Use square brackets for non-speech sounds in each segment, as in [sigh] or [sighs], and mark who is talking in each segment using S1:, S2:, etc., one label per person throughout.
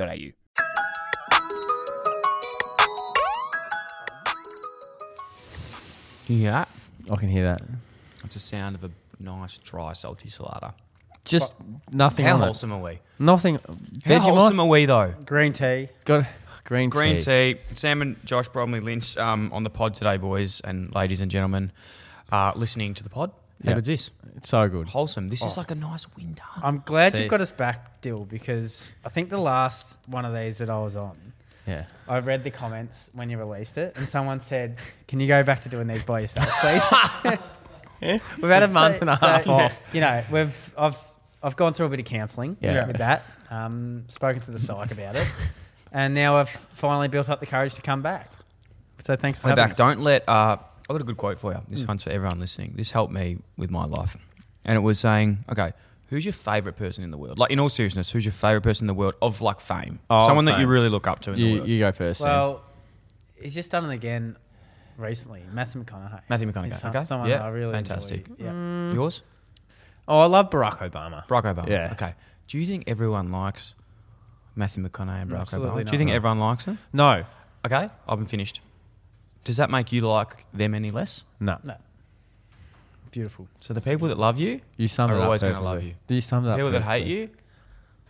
S1: au.
S2: Yeah, I can hear that.
S1: It's the sound of a nice, dry, salty salada.
S2: Just nothing.
S1: How
S2: on it.
S1: wholesome are we?
S2: Nothing.
S1: How wholesome
S2: Vegemite.
S1: are we, though?
S3: Green tea.
S2: Got green tea.
S1: Green tea. Sam and Josh Bromley Lynch um, on the pod today, boys and ladies and gentlemen, uh, listening to the pod. How
S2: Yeah.
S1: good's this?
S2: It's so good. Oh.
S1: Wholesome. This is like a nice winter.
S3: I'm glad
S2: See.
S3: you've got us back, Dill, because I think the last one of these that I was on,
S2: Yeah.
S3: I read the comments when you released it, and someone said, "Can you go back to doing these by yourself, please?"
S2: [laughs] We've had a month and a half off.
S3: You know, we've I've I've gone through a bit of counselling
S2: Yeah.
S3: with that, um, spoken to the psych about it, and now I've finally built up the courage to come back. So thanks for
S1: We're
S3: having
S1: back. Don't let. Uh, I've got a good quote for you.
S2: Mm.
S1: This one's for everyone listening. This helped me with my life. And it was saying, okay, who's your favourite person in the world? Like, in all seriousness, who's your favourite person in the world of like fame?
S2: Oh,
S1: Someone that you
S2: fame.
S1: really look up to in the
S2: You,
S1: world.
S2: you go first.
S3: us.
S2: Sam.
S3: Well, he's just done it again recently. Matthew McConaughey.
S1: Matthew McConaughey,
S3: He's some-
S1: okay.
S3: Someone
S1: Yeah,
S3: I really enjoy.
S1: fantastic.
S3: Yeah.
S1: Yours?
S2: oh, I love Barack Obama.
S1: Barack Obama.
S2: Yeah.
S1: Okay. Do you think everyone likes Matthew McConaughey and Barack
S3: Absolutely
S1: Obama? Do you
S3: not.
S1: think everyone likes him?
S2: No,
S1: Okay. I've been finished. Does that make you like them any less?
S2: no.
S3: No. Beautiful.
S1: So the people that love you,
S2: You summed
S1: Are
S2: it up.
S1: always gonna
S2: perfectly.
S1: love you.
S2: You summed it
S1: the
S2: up.
S1: people that hate
S2: perfectly.
S1: you,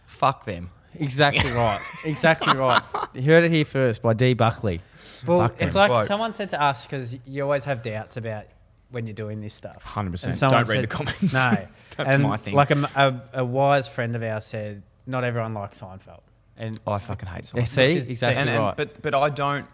S1: fuck them. [laughs]
S2: Exactly right. Exactly right. You heard it here first by D Buckley.
S3: Well,
S2: Fuck
S3: it's
S2: them.
S3: like
S1: Quote.
S3: someone said to us because you always have doubts about when you're doing this stuff.
S1: [laughs] 100%.
S3: And
S1: Don't
S3: someone
S1: read the
S3: said-
S1: comments.
S3: No,
S1: [laughs] That's
S3: And
S1: my thing.
S3: Like a, m- a- a wise friend of ours said, not everyone likes Seinfeld. And
S1: I fucking hate
S2: Yeah,
S1: someone.
S2: see,
S3: Which is-
S2: exactly
S1: and, and,
S2: right.
S1: but, but I don't,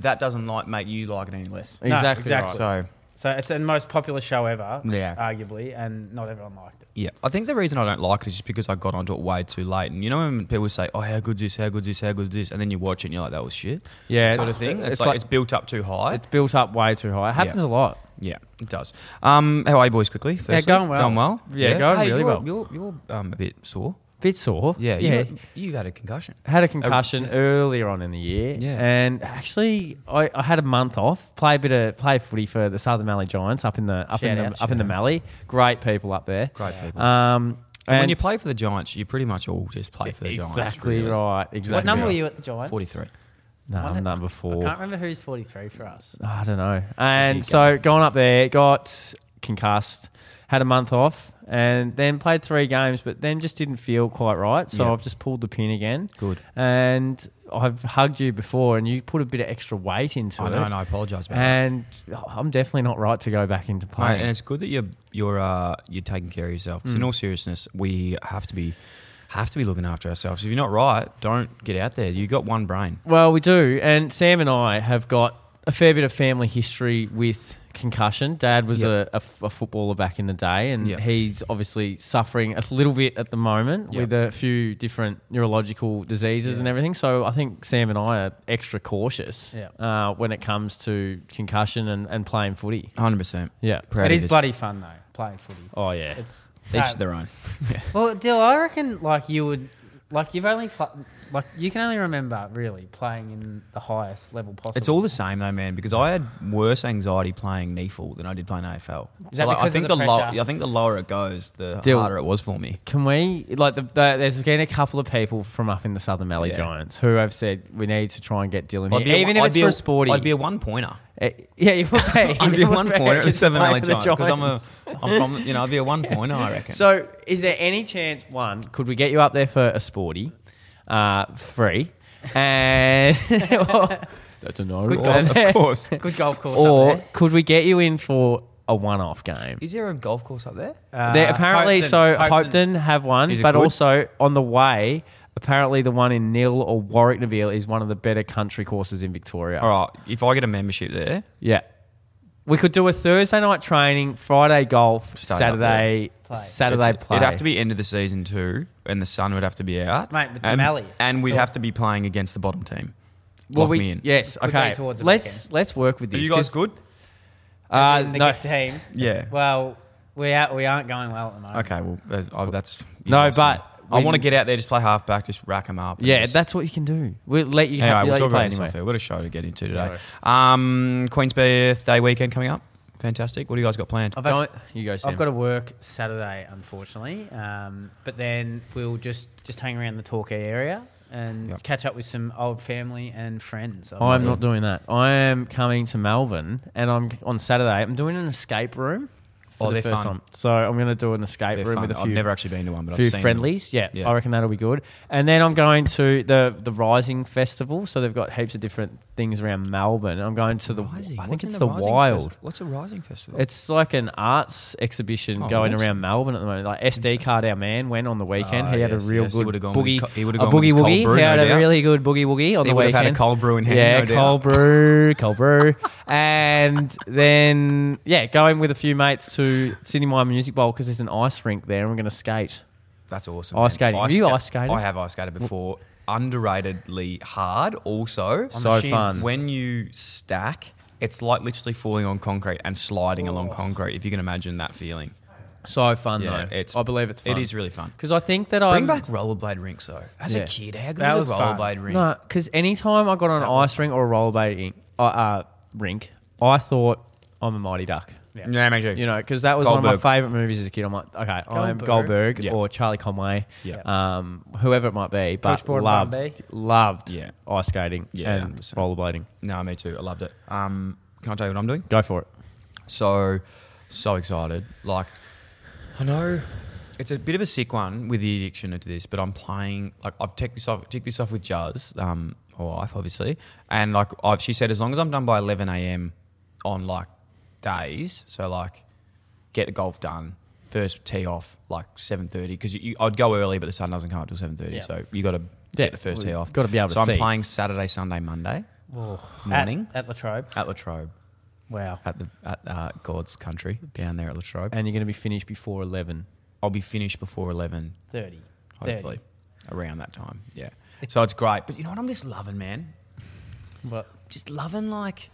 S1: that doesn't like make you like it any less.
S3: No,
S2: exactly,
S3: exactly.
S2: right.
S1: So,
S3: so it's the most popular show ever,
S1: Yeah.
S3: arguably, and not everyone liked it.
S1: yeah. I think the reason I don't like it is just because I got onto it way too late. And you know when people say, oh, how good's this, how good's this, how good's this? And then you watch it and you're like, that was shit.
S2: Yeah,
S1: sort
S2: it's-
S1: of thing. It's,
S2: it's
S1: like,
S2: like-
S1: it's built up too high.
S2: It's built up way too high. It happens
S1: Yeah.
S2: a lot.
S1: yeah, it does. Um, how are you boys? Quickly, firstly?
S2: going well.
S1: Going well.
S2: Yeah, going
S1: Hey,
S2: really
S1: you're,
S2: well.
S1: You're, you're um, a bit sore.
S2: Bit sore.
S1: Yeah, you
S2: yeah.
S1: got- You, had a concussion.
S2: had a concussion earlier on in the year,
S1: Yeah.
S2: and actually, I, I had a month off. Play a bit of play footy for the Southern Mallee Giants up in the up in
S3: Shout
S2: the
S3: out,
S2: up in the Mallee. Great people up there.
S1: Great people.
S2: Um,
S1: and when
S2: and
S1: you play for the Giants, you pretty much all just play for the Giants.
S2: exactly
S1: really.
S2: right. Exactly.
S3: what number
S2: right.
S3: were you at the Giant?
S1: Forty-three.
S2: No,
S3: One
S2: I'm
S3: at-
S2: number
S3: I
S2: four. Ah,
S3: can't remember who's 43 for us.
S2: I don't know. And
S1: you
S2: so going up there, got concussed, had a month off, and then played three games, but then just didn't feel quite right. So
S1: Yeah.
S2: I've just pulled the pin again.
S1: Good.
S2: And I've hugged you before, and you put a bit of extra weight into
S1: I
S2: it.
S1: know, and I apologise about that.
S2: And I'm definitely not right to go back into
S1: Mate, and
S2: playing.
S1: it's good that you're you're uh, you're taking care of yourself. 'Cause in all seriousness, we have to be have to be looking after ourselves. If you're not right, don't get out there. You got one brain.
S2: well, we do. And Sam and I have got a fair bit of family history with concussion. Dad was
S1: Yep.
S2: a, a f- a footballer back in the day, and
S1: Yep.
S2: he's obviously suffering a little bit at the moment
S1: Yep.
S2: with a few different neurological diseases and everything. So I think Sam and I are extra cautious
S3: Yeah.
S2: uh, when it comes to concussion and, and playing footy.
S1: Hundred percent.
S2: Yeah.
S1: Proud
S3: it
S1: of
S3: is
S1: this.
S3: bloody fun, though, playing footy.
S2: Oh, yeah.
S3: It's
S1: Each
S3: no,
S1: their own.
S3: Well, Dill, I reckon like you would, like you've only pl- like you can only remember really playing in the highest level possible.
S1: It's all the same though, man. Because I had worse anxiety playing NEFL than I did playing AFL.
S3: Is that because
S1: I
S3: of
S1: think
S3: the
S1: low,
S3: pressure?
S1: I think the lower it goes, the
S2: Deal.
S1: harder it was for me.
S2: Can we like the, the, there's been a couple of people from up in the Southern Mallee
S1: Yeah.
S2: Giants who have said we need to try and get Dylan
S1: I'd be
S2: here,
S1: a-
S2: even if
S1: I'd
S2: it's
S1: be
S2: for
S1: a-
S2: a sporty.
S1: I'd be a one [laughs] pointer.
S2: Eh, yeah, you would be.
S1: [laughs] I'd be
S2: You
S1: a
S2: would
S1: one pointer at the Southern Mallee
S2: Playing for
S1: Giants
S2: the
S1: because I'm a
S2: Giants.
S1: I'm from you know I'd be a one pointer I reckon.
S2: So, is there any chance one could we get you up there for a sporty, uh, free, and [laughs] that's a no.
S1: of course, of course.
S3: [laughs] good golf course. up
S2: Or
S3: there.
S2: could we get you in for a one-off game?
S1: Is there a golf course up there?
S3: Uh,
S2: There apparently,
S3: Hopeton-
S2: so
S3: Hopeton-
S2: Hopeton have one,
S1: Is it
S2: but
S1: good?
S2: also on the way, apparently the one in Nil or Warwick Neville is one of the better country courses in Victoria.
S1: All right, if I get a membership there,
S2: Yeah. we could do a Thursday night training, Friday golf,
S1: Start up
S2: Saturday
S3: Play.
S2: Saturday
S1: It's-
S2: play.
S1: It'd have to be end of the season too, and the sun would have to be out.
S3: Mate, it's
S1: and,
S3: Mallee.
S1: and we'd
S3: It's all-
S1: have to be playing against the bottom team.
S2: well,
S1: Lock
S2: we,
S1: me in.
S2: yes.
S3: Could be
S2: Okay,
S3: towards the
S2: let's let's work with
S1: Are
S2: this.
S1: you guys
S2: 'cause-
S1: good?
S2: Uh,
S3: the
S2: no,
S3: good team.
S1: Yeah.
S3: Well, we are, we aren't going well at the moment.
S1: Okay. Well, that- oh, that's you
S2: No,
S1: lost me.
S2: but
S1: I want to
S2: when-
S1: get out there, just play halfback, just rack them up. and
S2: yeah,
S1: just-
S2: that's what you can do. We'll let you.
S1: Anyway,
S2: have,
S1: we'll
S2: we'll
S1: talk
S2: play
S1: about this
S2: anyway.
S1: off air. What a show to get into today. Um, Queen's Birthday weekend coming up. Fantastic. What do you guys got planned?
S3: I've
S2: Don't
S3: actually,
S2: you go. Sam.
S3: I've got to work Saturday, unfortunately. Um, but then we'll just just hang around the Torquay area and
S1: Yep.
S3: catch up with some old family and friends.
S2: I'm not doing that. I am coming to Melbourne, and I'm on Saturday. I'm doing an escape room for
S1: Oh,
S2: the
S1: they're
S2: first
S1: fun.
S2: time. So I'm going to do an escape
S1: They're
S2: room
S1: fun.
S2: with a
S1: I've
S2: few,
S1: never actually been to one, but
S2: few
S1: I've seen
S2: friendlies. Yeah,
S1: Yeah.
S2: I reckon that'll be good. And then I'm going to the the Rising Festival. So they've got heaps of different things around Melbourne. I'm going to the.
S1: Them. Rising.
S2: I think
S1: What's in
S2: it's the,
S1: Rising
S2: Wild.
S1: Fest- What's a Rising Festival?
S2: It's like an arts exhibition
S1: Oh,
S2: going
S1: awesome.
S2: around Melbourne at the moment. Like SD card, our man went on the weekend.
S1: Ah,
S2: he had
S1: yes,
S2: a real
S1: yes, he
S2: good
S1: would've gone with
S2: boogie,
S1: his co- he would've
S2: a
S1: gone with
S2: boogie
S1: his cold
S2: woogie.
S1: brew,
S2: he
S1: no
S2: had a
S1: doubt.
S2: really good boogie woogie on
S1: He
S2: the
S1: would've
S2: weekend.
S1: had a cold brew in hand,
S2: Yeah,
S1: no doubt. [laughs]
S2: cold brew, cold brew, and then yeah, going with a few mates to Sydney Mine Music Bowl because there's an ice rink there, and we're going to skate.
S1: That's awesome.
S2: Ice
S1: man.
S2: skating. Have you
S1: ska-
S2: ice skated?
S1: I have ice skated before. Underratedly hard. Also,
S2: So machines. fun.
S1: When you stack, it's like literally falling on concrete and sliding
S3: Oh.
S1: along concrete. If you can imagine that feeling,
S2: So fun
S1: yeah,
S2: though. I believe it's fun.
S1: It is really fun.
S2: because I think that I
S1: Bring back rollerblade rinks though. As
S2: Yeah.
S1: a kid, how good
S3: That
S1: was a
S3: was fun.
S1: rollerblade rink?
S2: No, because anytime I got on an ice rink or a rollerblading uh, uh, rink, I thought I'm a mighty duck.
S1: Yeah, me too.
S2: You know, because that was one of
S1: Goldberg.
S2: my favorite movies as a kid. I'm like, okay, I'm
S3: Goldberg.
S2: Goldberg
S1: Yeah.
S2: or Charlie Conway,
S1: Yeah.
S2: um, whoever it might be, but
S3: Coach Board
S2: loved,
S3: Bombay.
S2: loved
S1: Yeah.
S2: ice skating
S1: Yeah,
S2: and
S1: 100%.
S2: rollerblading.
S1: No, me too. I loved it. Um, can I tell you what I'm doing?
S2: Go for it.
S1: So, so excited. Like, I know it's a bit of a sick one with the addiction to this, but I'm playing. Like, I've ticked this off. Ticked this off with Jazz, um, my wife, obviously, and like I've, she said, as long as I'm done by 11 a.m. on like days, so like get the golf done. First tee off like 7:30 because you, you, I'd go early, but the sun doesn't come up till 7:30,
S3: Yeah.
S1: so you got to
S2: Yeah,
S1: get the first tee
S2: well,
S1: off.
S2: gotta be able to
S1: So
S2: see.
S1: I'm playing Saturday, Sunday, Monday morning.
S3: at, at Latrobe.
S1: at Latrobe
S3: Wow.
S1: at the at uh, God's country down there at Latrobe.
S2: And you're going to be finished before 11.
S1: I'll be finished before eleven,
S3: 30. 30.
S1: hopefully, around that time. Yeah, so it's great. But you know what? I'm just loving, man.
S3: But
S1: Just loving like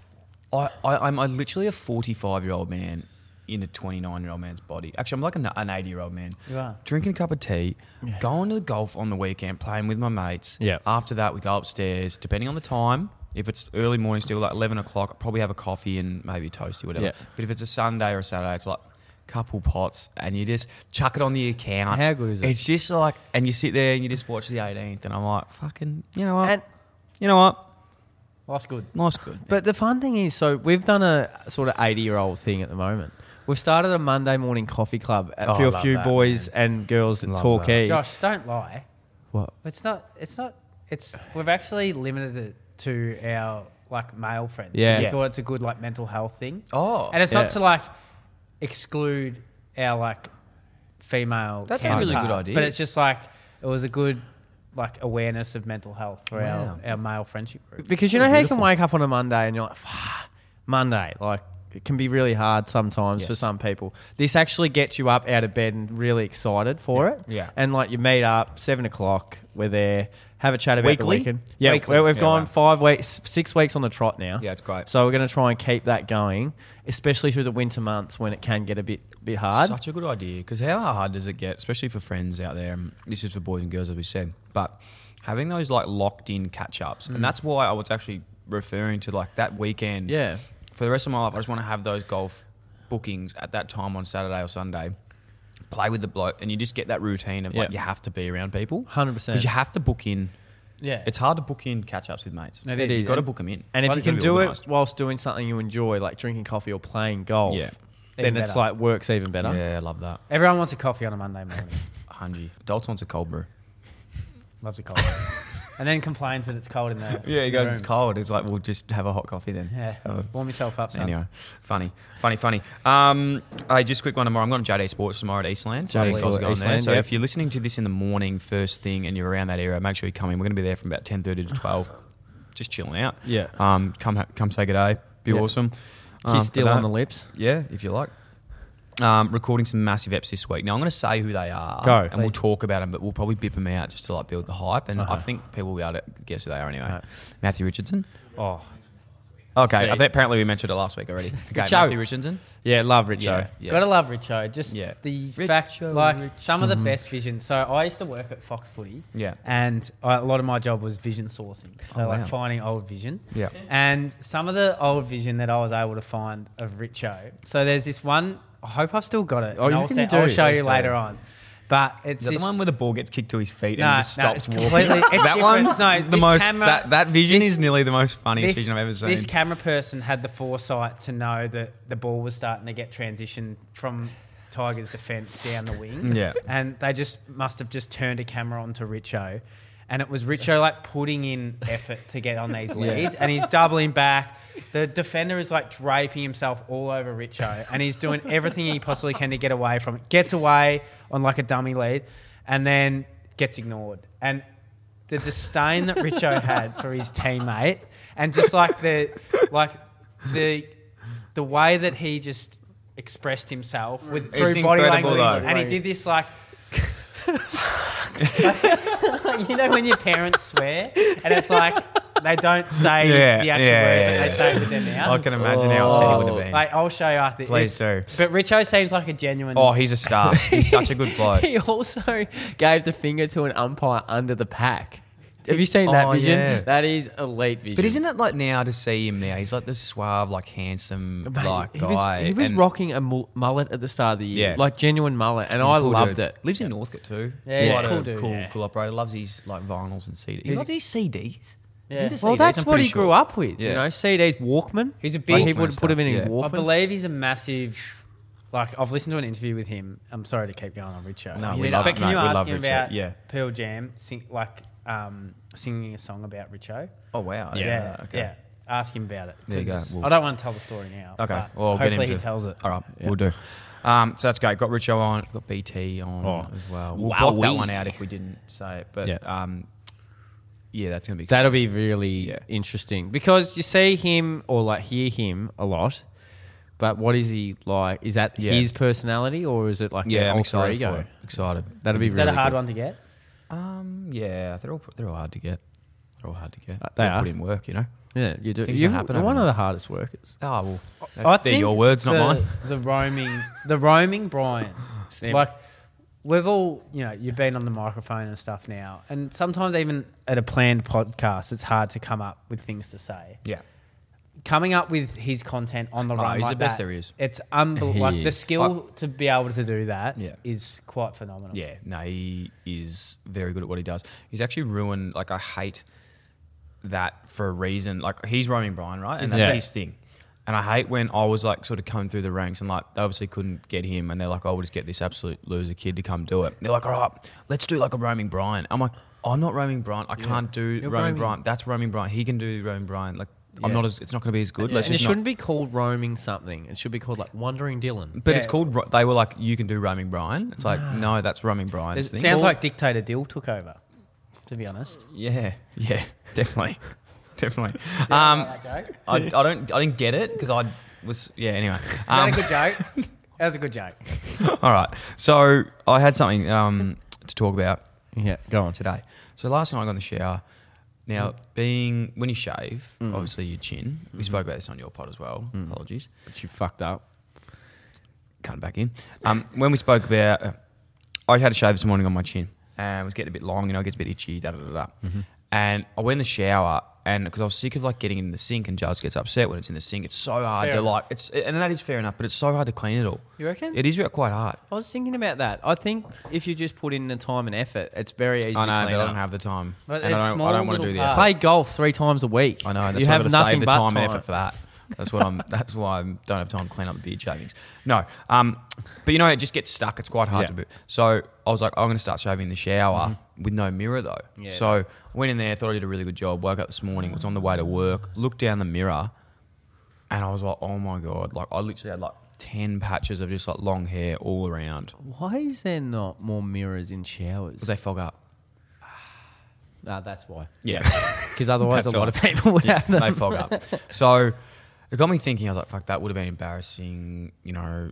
S1: I, I I'm I literally a 45 year old man in a 29 year old man's body. Actually, I'm like an- an 80 year old man.
S3: You are.
S1: Drinking a cup of tea, going to the golf on the weekend, playing with my mates.
S2: Yeah.
S1: After that, we go upstairs. Depending on the time, if it's early morning, still like 11 o'clock, I'll probably have a coffee and maybe a toasty, whatever.
S2: Yeah.
S1: But if it's a Sunday or a Saturday, it's like couple pots and you just chuck it on the account.
S2: How good is it?
S1: It's just like, and you sit there and you just watch the 18th, and I'm like, fucking, you know what?
S2: And-
S1: you know what?
S3: life's good.
S1: Life's good.
S2: But the fun thing is, so we've done a sort of 80 year old thing at the moment. We've started a Monday morning coffee club
S1: Oh,
S2: for
S1: I
S2: a
S1: love
S2: few
S1: that,
S2: boys and girls in
S1: Love
S2: Torquay.
S3: Josh, don't lie.
S2: What?
S3: It's not. It's not. It's. We've actually limited it to our like male friends.
S2: Yeah.
S3: We
S2: Yeah.
S3: thought it's a good like mental health thing.
S1: Oh.
S3: And it's
S2: Yeah.
S3: not to like exclude our like female.
S1: That's a really good
S3: counterparts,
S1: idea.
S3: But it's just like it was a good like awareness of mental health for
S1: Wow.
S3: our, our male friendship group.
S2: Because you know how you can wake up on a Monday and you're like, "Fuck, Monday. Like, it can be really hard sometimes for
S1: Yes.
S2: some people. This actually gets you up out of bed and really excited for it.
S1: Yeah.
S2: And like, you meet up, seven o'clock, we're there, have a chat about
S1: Weekly?
S2: the weekend. Yeah.
S1: Weekly.
S2: we- We've
S1: Yeah,
S2: gone
S1: right.
S2: five weeks, six weeks on the trot now.
S1: Yeah, it's great.
S2: So we're going to try and keep that going, especially through the winter months when it can get a bit, bit hard.
S1: Such a good idea because how hard does it get, especially for friends out there? And this is for boys and girls, as we said, but having those like locked in catch ups, and that's why I was actually referring to like that weekend.
S2: Mm. Yeah.
S1: For the rest of my life, I just want to have those golf bookings at that time on Saturday or Sunday. Play with the bloke, and you just get that routine of like
S2: Yeah.
S1: you have to be around people,
S2: 100%.
S1: because you have to book in.
S3: Yeah.
S1: It's hard to book in catch ups with mates.
S3: It
S2: is.
S1: You've got to book them in,
S2: And if
S1: Like,
S2: you
S1: it's
S2: can
S1: gotta be
S2: do
S1: organised.
S2: it whilst doing something you enjoy, like drinking coffee or playing golf,
S1: Yeah.
S2: then
S3: Even
S2: it's
S3: better.
S2: like works even better.
S1: yeah, I love that.
S3: Everyone wants a coffee on a Monday morning.
S1: Hungy. Dalton wants a cold brew.
S3: Loves a coffee.
S1: [laughs]
S3: and then complains that it's cold in there.
S1: Yeah, he goes, it's cold. It's like, we'll just have a hot coffee then.
S3: Yeah.
S1: Just have a-
S3: Warm yourself up, son.
S1: Anyway, funny, funny, funny. Um, hey, just a quick one tomorrow. I'm going to JD Sports tomorrow at Eastland.
S2: JD
S1: JD Sports
S2: Sports,
S1: are going there.
S2: Eastland,
S1: So
S2: yep.
S1: if you're listening to this in the morning, first thing, and you're around that area, make sure you come in. We're going to be there from about [sighs] 10:30 to 12, just chilling out.
S2: Yeah.
S1: Um, come ha- come say good day. Be
S2: Yeah.
S1: awesome. um,
S2: Kiss
S1: for
S2: still on
S1: that.
S2: the lips.
S1: Yeah, if you like. Um, recording some massive eps this week. Now I'm going to say who they are,
S2: Go,
S1: and we'll
S2: please.
S1: talk about them, but we'll probably bip them out just to like build the hype. And I think people will be able to guess who they are anyway.
S2: Right.
S1: Matthew Richardson.
S2: Oh,
S1: Okay,
S2: See.
S1: I think apparently we mentioned it last week [laughs] already. Okay,
S2: Richo.
S1: Matthew Richardson.
S2: yeah, love Richo.
S1: Yeah.
S3: Gotta love Richo. Just
S1: Yeah.
S3: the
S1: Richo,
S3: fact, like some of the best vision. So I used to work at Fox Footy.
S1: Yeah.
S3: And I, a lot of my job was vision sourcing. So
S1: Oh,
S3: like
S1: wow.
S3: finding old vision.
S1: Yeah.
S3: And some of the old vision that I was able to find of Richo. So there's this one. I hope I've still got it.
S2: Oh,
S3: and
S2: you
S3: I'll,
S2: can
S3: se-
S2: do,
S3: I'll show
S2: please
S3: you
S2: do.
S3: later on. But it's
S1: Is that
S3: this
S1: the one where the ball gets kicked to his feet
S3: No,
S1: and he just
S3: no,
S1: stops
S3: it's
S1: walking?
S3: completely-
S1: [laughs]
S3: it's
S1: that
S3: different.
S1: one's
S3: No,
S1: the
S3: this
S1: most.
S3: camera-
S1: that, that vision
S3: this-
S1: is nearly the most funniest vision I've ever seen.
S3: this camera person had the foresight to know that the ball was starting to get transitioned from Tiger's defence down the wing.
S1: Yeah.
S3: And they just must have just turned a camera onto Richo. And it was Richo like putting in effort to get on these leads. And he's doubling back. The defender is like draping himself all over Richo. And he's doing everything he possibly can to get away from it. Gets away on like a dummy lead and then gets ignored. And the disdain that Richo had for his teammate, and just like the like the the way that he just expressed himself with through
S1: It's
S3: body
S1: incredible,
S3: language,
S1: though.
S3: and he did this like. [laughs] like, you know when your parents swear and it's like they don't say
S1: Yeah,
S3: the actual
S1: yeah,
S3: word
S1: yeah,
S3: but they
S1: yeah.
S3: say it with their mouth.
S1: I can imagine how upset he would have been.
S3: Oh. Like, I'll show you after.
S1: Please
S3: It's- But Richo seems like a genuine.
S1: oh, he's a star. he's such a good
S3: [laughs]
S1: bloke.
S2: He also gave the finger to an umpire under the pack. Have you seen that
S1: Oh,
S2: vision?
S1: yeah.
S2: That is elite vision.
S1: But isn't it like now to see him now? He's like this suave, like handsome,
S2: Mate,
S1: like
S2: he
S1: guy.
S2: was, he was
S1: and
S2: rocking a mul- mullet at the start of the year,
S1: Yeah.
S2: like genuine mullet, and
S1: he's a
S2: I
S1: cool
S2: loved
S1: dude.
S2: it.
S1: Lives in Northcote too.
S3: Yeah, he's
S1: Quite
S3: a cool
S1: a
S3: dude,
S1: Cool,
S3: yeah.
S1: cool operator. Loves his like vinyls and CDs. He's got his CDs.
S3: Yeah.
S1: He's into
S2: Well,
S1: CDs,
S2: that's
S1: I'm
S2: what
S1: pretty
S2: he
S1: sure.
S2: grew up with. You
S1: Yeah.
S2: know, CDs, Walkman.
S3: He's a
S2: Like, he
S1: Walkman
S2: would
S1: and
S2: put him in
S1: stuff,
S2: his
S1: yeah.
S2: Walkman.
S3: I believe he's a massive. Like I've listened to an interview with him. I'm sorry to keep going on Richo.
S1: No,
S3: You
S1: we
S3: know,
S1: love
S3: but
S1: it,
S3: can
S1: mate.
S3: you
S1: We
S3: ask
S1: love
S3: him
S1: Richo,
S3: about
S1: yeah.
S3: Pearl Jam, sing, like um, singing a song about Richo?
S1: Oh wow.
S3: yeah,
S1: Okay.
S3: yeah. Ask him about it.
S1: There you
S3: 'cause
S1: go.
S3: it's-
S1: We'll-
S3: I don't want to tell the story now.
S1: Okay.
S3: but
S1: Well, get him
S3: hopefully
S1: to-
S3: he tells it.
S1: All right, we'll do. Um, so that's great. Got Richo on. Got BT on as well. We'll block that
S2: wowee.
S1: one out if we didn't say it. But
S2: Yeah.
S1: yeah, um, yeah that's gonna be.
S2: That'll be really
S1: Yeah.
S2: interesting because you see him or like hear him a lot, but what is he like? Is that
S1: Yeah.
S2: his personality or is it like
S1: yeah,
S2: an
S1: I'm
S2: alter
S1: excited.
S2: ego?
S1: For it. Excited.
S2: That'll be
S3: Is
S2: really
S3: that a hard
S2: good.
S3: one to get?
S1: Um, yeah, they're all they're all hard to get. They're all hard to get.
S2: Uh, they
S1: Gotta
S2: are.
S1: Put in work, you know.
S2: Yeah, you do.
S1: Things
S2: You're,
S1: that happen
S2: you're one of
S1: overnight.
S2: the hardest workers.
S1: Oh well,
S3: I
S1: that's, they're
S3: think
S1: your words, not
S3: the-
S1: mine.
S3: [laughs] The roaming, the roaming
S1: [laughs]
S3: Brian.
S2: Snip.
S3: like we've all, you know, you've been on the microphone and stuff now, and sometimes even at a planned podcast, it's hard to come up with things to say.
S1: Yeah,
S3: Coming up with his content on the
S1: Oh,
S3: run,
S1: he's
S3: like
S1: the best
S3: that,
S1: there is.
S3: It's unbelievable.
S2: He
S3: Like the
S2: is.
S3: skill to be able to do that is
S1: Yeah.
S3: quite phenomenal.
S1: yeah. No, he is very good at what he does. He's actually ruined. Like I hate that for a reason. Like he's roaming Brian, right? And
S2: Yeah.
S1: that's his thing. And I hate when I was like sort of coming through the ranks and like they obviously couldn't get him and they're like, oh, we'll just get this absolute loser kid to come do it. They're like, all right, let's do like a roaming Brian. I'm like, I'm not roaming Brian. I can't do roaming,
S2: roaming-
S1: Brian. That's roaming Brian. He can do roaming Brian. Like I'm
S2: Yeah.
S1: not as it's not going to be as good.
S2: And
S1: Let's
S2: it
S1: just not-
S2: shouldn't be called roaming something. It should be called like wandering Dylan.
S1: But it's
S3: Yeah.
S1: called. Ro- They were like, "You can do roaming Brian." It's like, no, that's roaming Brian's
S3: It
S1: thing.
S3: sounds like Dictator Dill took over. To be honest,
S1: yeah, yeah, [laughs] definitely, definitely. Um,
S3: [laughs]
S1: I, I don't, I didn't get it because I was, yeah. Anyway, um,
S3: Is that a good joke? That was a good joke.
S1: [laughs] all right. So I had something um, to talk about
S2: Yeah, go on.
S1: today. So last night I got in the shower. Now,
S3: Mm.
S1: being when you shave, obviously your chin.
S3: Mm-hmm.
S1: We spoke about this on your pod as well.
S3: Mm.
S1: Apologies.
S2: But you fucked up.
S1: cut back in. Um, when we spoke about, uh, I had a shave this morning on my chin and it was getting a bit long, you know, it gets a bit itchy, da da da da.
S3: Mm-hmm.
S1: And I went in the shower and because I was sick of like getting in the sink and Giles gets upset when it's in the sink. It's so hard
S3: Fair
S1: to
S3: enough.
S1: like, it's and that is fair enough, but it's so hard to clean it all.
S2: You reckon?
S1: It is quite hard.
S2: I was thinking about that. I think if you just put in the time and effort, it's very easy
S1: I know,
S2: to clean
S1: but I
S2: up.
S1: don't have the time.
S3: But
S1: and
S3: it's
S1: I don't,
S3: small
S1: I don't want to
S3: little
S1: do the
S3: parts.
S1: effort.
S2: Play golf three times a week.
S1: I know. That's
S2: you
S1: why
S2: have
S1: I've got to
S2: nothing
S1: save the
S2: but
S1: time, and effort for that. That's what
S2: [laughs]
S1: I'm. That's why I don't have time to clean up the beard shavings. No, um, but you know it just gets stuck. It's quite hard
S2: Yeah. Mm-hmm.
S1: to do. So I was like, I'm going to start shaving in the shower with no mirror though.
S2: Yeah.
S1: So I went in there, thought I did a really good job. Woke up this morning, was on the way to work, looked down the mirror, and I was like, oh my god! Like I literally had like ten patches of just like long hair all around.
S2: Why is there not more mirrors in
S1: [laughs]
S2: showers?
S1: But they fog up.
S2: Ah, that's why.
S1: Yeah. [laughs]
S2: Because otherwise, a
S1: That's
S2: lot
S1: all.
S3: [laughs]
S2: of people would have
S1: [laughs] they
S2: them.
S1: fog up. So It got me thinking. I was like, "Fuck, that would have been embarrassing." You know,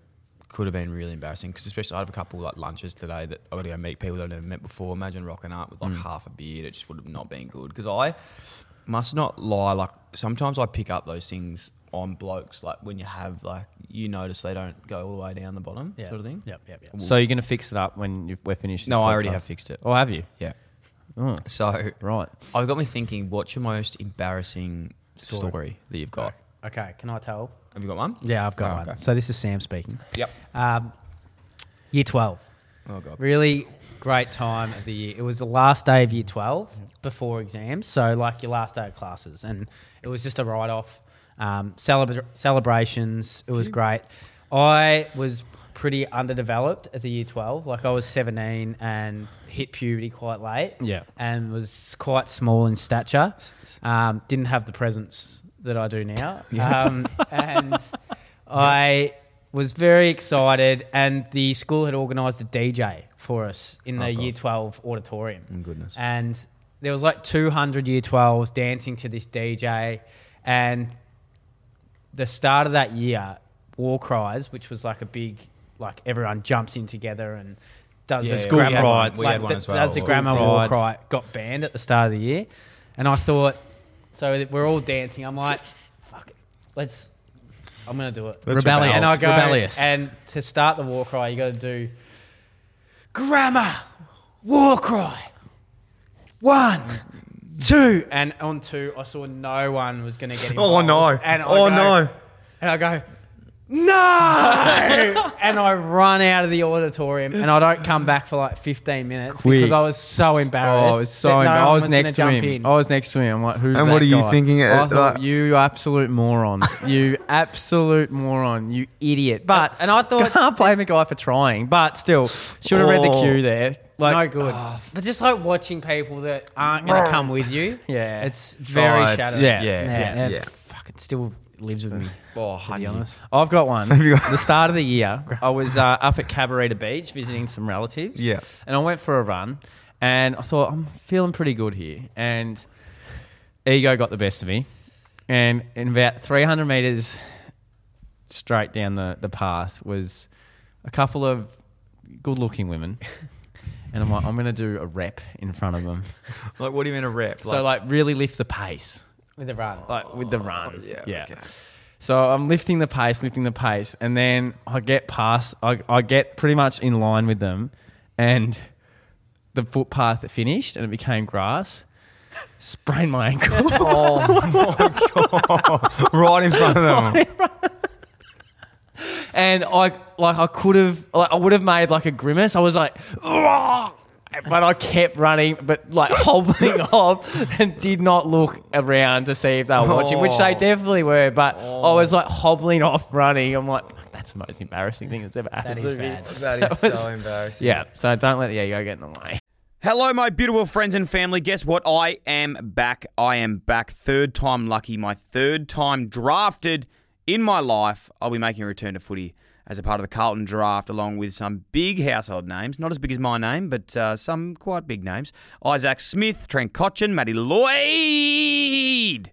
S1: could have been really embarrassing because especially I have a couple like lunches today that I got to go meet people that I've never met before. Imagine rocking up with like
S3: Mm.
S1: half a beard. It just would have not been good because I must not lie. Like sometimes I pick up those things on blokes. Like when you have like you notice they don't go all the way down the bottom,
S3: Yeah.
S1: sort of thing.
S3: Yep, yep, yep.
S2: So you're going to fix it up when you we're finished? this
S1: No, I already
S2: podcast?
S1: have fixed it.
S2: Oh, have you?
S1: Yeah.
S2: Oh,
S1: So
S2: right.
S1: I've got me thinking. What's your most embarrassing story,
S3: Story.
S1: that you've got?
S3: Okay, can I tell?
S1: Have you got one?
S3: Yeah, I've got
S1: Oh,
S3: one.
S1: okay.
S3: So this is Sam speaking.
S1: Yep.
S3: Um, year 12.
S1: Oh god.
S3: Really great time of the year. It was the last day of year 12 before exams. So, like your last day of classes. And it was just a write off. Um, celebra- celebrations. It was great. I was pretty underdeveloped as a year 12. Like, I was 17 and hit puberty quite late.
S2: Yeah.
S3: And was quite small in stature. Um, didn't have the presence that I do now. um, and I was very excited, and the school had organised a DJ for us in the Year 12 auditorium.
S1: goodness.
S3: And there was like 200 Year 12s dancing to this DJ, and the start of that year, War Cries, which was like a big, like everyone jumps in together and does
S1: Yeah,
S3: the
S1: yeah,
S3: school
S1: we had one-
S3: rides,
S1: we
S3: like
S1: had one
S3: the-
S1: as well.
S3: does the
S1: School
S3: grammar
S2: pride.
S3: war cry got banned at the start of the year, and I thought, so that we're all dancing. I'm like, fuck it, let's. I'm gonna do it.
S2: rebellious.
S3: And I go,
S2: rebellious.
S3: And to start the war cry, you got to do grammar war cry. One, two, and on two, I saw no one was going to get
S1: [laughs] Oh,
S3: involved.
S1: no.
S3: And I
S1: Oh,
S3: go-
S1: no.
S3: And I go, no! and I run out of the auditorium, and I don't come back for like 15 minutes
S2: Quick.
S3: because I was so embarrassed.
S2: Oh, it's so.
S3: that no
S2: embar- I
S3: one
S2: was
S3: gonna
S2: next to
S3: jump
S2: him. Oh.
S3: in.
S2: I was next to him. I'm like, who's
S4: And
S2: that
S4: what are you
S2: guy?
S4: thinking at-
S2: I thought,
S4: like-
S2: you absolute moron. you absolute moron. You idiot. But
S3: and I
S2: [laughs]
S3: thought-
S2: can't blame the guy for trying. But still, should have read the
S4: Oh.
S2: cue there. Like, oh,
S3: no good. oh, but just like watching people that aren't going to come with you,
S2: Yeah.
S3: it's very
S1: Right.
S3: shattered.
S2: Yeah.
S1: Yeah,
S3: yeah,
S1: yeah,
S3: yeah.
S1: yeah.
S3: Fuck, it still lives with me.
S1: Oh,
S3: To be
S1: honey.
S3: honest,
S2: I've
S4: [laughs]
S2: got one.
S4: you got-
S2: the start of the
S4: [laughs]
S2: year, I was uh, up at Cabarita Beach visiting some relatives.
S4: Yeah.
S2: And I went for a run and I thought, I'm feeling pretty good here. And ego got the best of me. And in about 300 meters straight down the, the path was a couple of good looking women. And I'm like, I'm going to do a rep in front of them.
S1: Like, what do you mean a rep?
S2: so, like, really lift the pace
S3: with a run.
S2: like with the run.
S1: oh, yeah, okay.
S2: So I'm lifting the pace, lifting the pace, and then I get past. I, I get pretty much in line with them, and the footpath finished, and it became grass. [laughs] Sprained my ankle.
S3: [laughs]
S1: Oh, [laughs]
S4: right in front of them.
S2: and I like I could have like I would have made like a grimace. I was like, "Ugh!" but I kept running, but like [laughs] hobbling off, and did not look around to see if they were watching, which they
S1: Oh.
S2: definitely were. But I was like hobbling off, running. I'm like, that's the most embarrassing thing that's ever happened.
S3: is
S2: to me."
S3: bad.
S1: that is
S2: was-
S1: so embarrassing.
S2: Yeah, so don't let the ego get in the way.
S5: Hello, my beautiful friends and family. Guess what? I am back. I am back. Third time lucky. My third time drafted in my life. I'll be making a return to footy as a part of the Carlton draft, along with some big household names. Not as big as my name, but uh, some quite big names. Isaac Smith, Trent Cotchin, Matty Lloyd.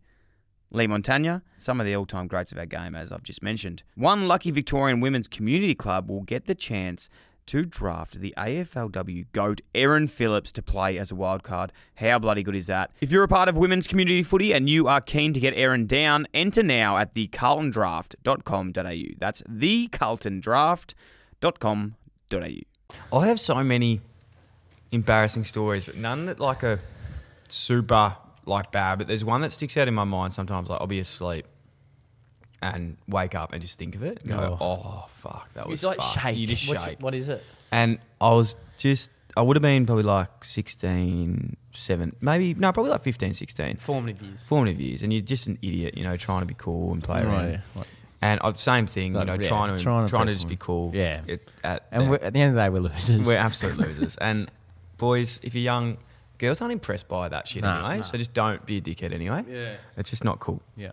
S5: Lee Montagna, some of the all time greats of our game, as I've just mentioned. One lucky Victorian Women's Community Club will get the chance to draft the AFLW GOAT Erin Phillips to play as a wild card. How bloody good is that? If you're a part of women's community footy and you are keen to get Erin down, enter now at thecarltondraft.com.au. That's thecarltondraft.com.au.
S1: I have so many embarrassing stories, but none that like a super like bad. But there's one that sticks out in my mind sometimes. Like I'll be asleep and wake up and just think of it. And go, oh. fuck, that was
S2: like,
S1: fuck."
S2: shake.
S1: You just
S3: What's-
S1: shake.
S3: what is it?
S1: And I was just. I would have been probably like 16, 7, maybe, no, probably like 15, 16.
S3: Formative years.
S1: formative years, and you're just an idiot, you know, trying to be cool and play
S2: Right,
S1: around.
S2: yeah, like-
S1: and I've same thing, you
S2: Like,
S1: know,
S2: yeah,
S1: trying to
S2: trying
S1: trying to,
S2: to impress
S1: just be cool.
S2: someone. Yeah.
S1: it, at
S2: And
S1: and
S2: we're, at the end of the day, we're losers.
S1: we're, absolute losers. And boys, if you're young, girls aren't impressed by that shit
S2: Nah.
S1: anyway. So just don't be a dickhead anyway.
S2: Yeah.
S1: it's just not cool.
S2: yeah.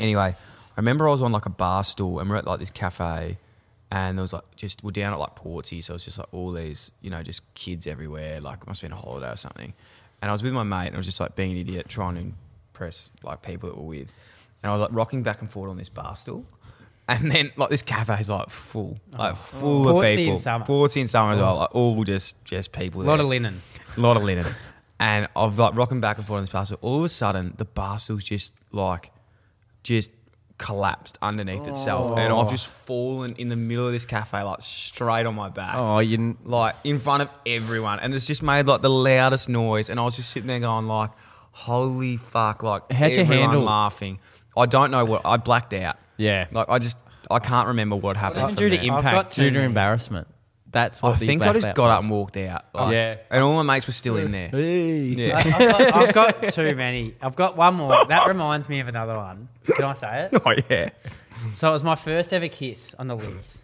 S1: Anyway, I remember I was on like a bar stool and we're at like this cafe and there was like just we're down at like Portsea, so it's just like all these, you know, just kids everywhere, like it must have been a holiday or something. And I was with my mate and I was just like being an idiot trying to impress like people that we're with. and I was like rocking back and forth on this bar stool. And then like this cafe is like full,
S2: Oh.
S1: like full of
S3: Portsea in
S1: people.
S3: summer.
S1: Portsea in summer as well, like all just just people.
S3: A
S1: there
S3: lot of linen.
S1: lot of linen. [laughs] And I've like rocking back and forth on this parcel. All of a sudden, the parcel's just like, just collapsed underneath itself, and I've just fallen in the middle of this cafe, like straight on my back,
S2: Oh, you n-
S1: like in front of everyone, and it's just made like the loudest noise. And I was just sitting there going like, "Holy fuck!" Like
S2: How'd you
S1: everyone
S2: handle-
S1: laughing. I don't know what I blacked out.
S2: Yeah.
S1: like I just I can't remember what happened.
S3: happened
S1: from
S3: due to
S1: there.
S3: impact?
S2: I've got due to embarrassment. That's what
S1: I
S2: the
S1: think I just
S2: blackout
S1: got up
S2: was.
S1: and walked out. like,
S2: Yeah.
S1: and all my mates were still in there.
S2: [laughs]
S1: Yeah.
S3: [laughs] I've got, I've got too many. I've got one more. That reminds me of another one. Can I say it?
S1: [laughs] Oh yeah.
S3: So it was my first ever kiss on the lips.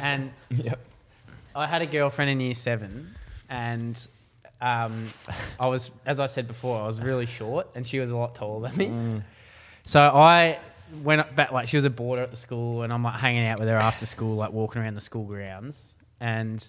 S3: and
S1: [laughs]
S3: I had a girlfriend in year seven, and um, I was, as I said before, I was really short, and she was a lot taller than me.
S1: Mm.
S3: So I went up back, like, she was a boarder at the school, and I'm like hanging out with her after school, like walking around the school grounds. And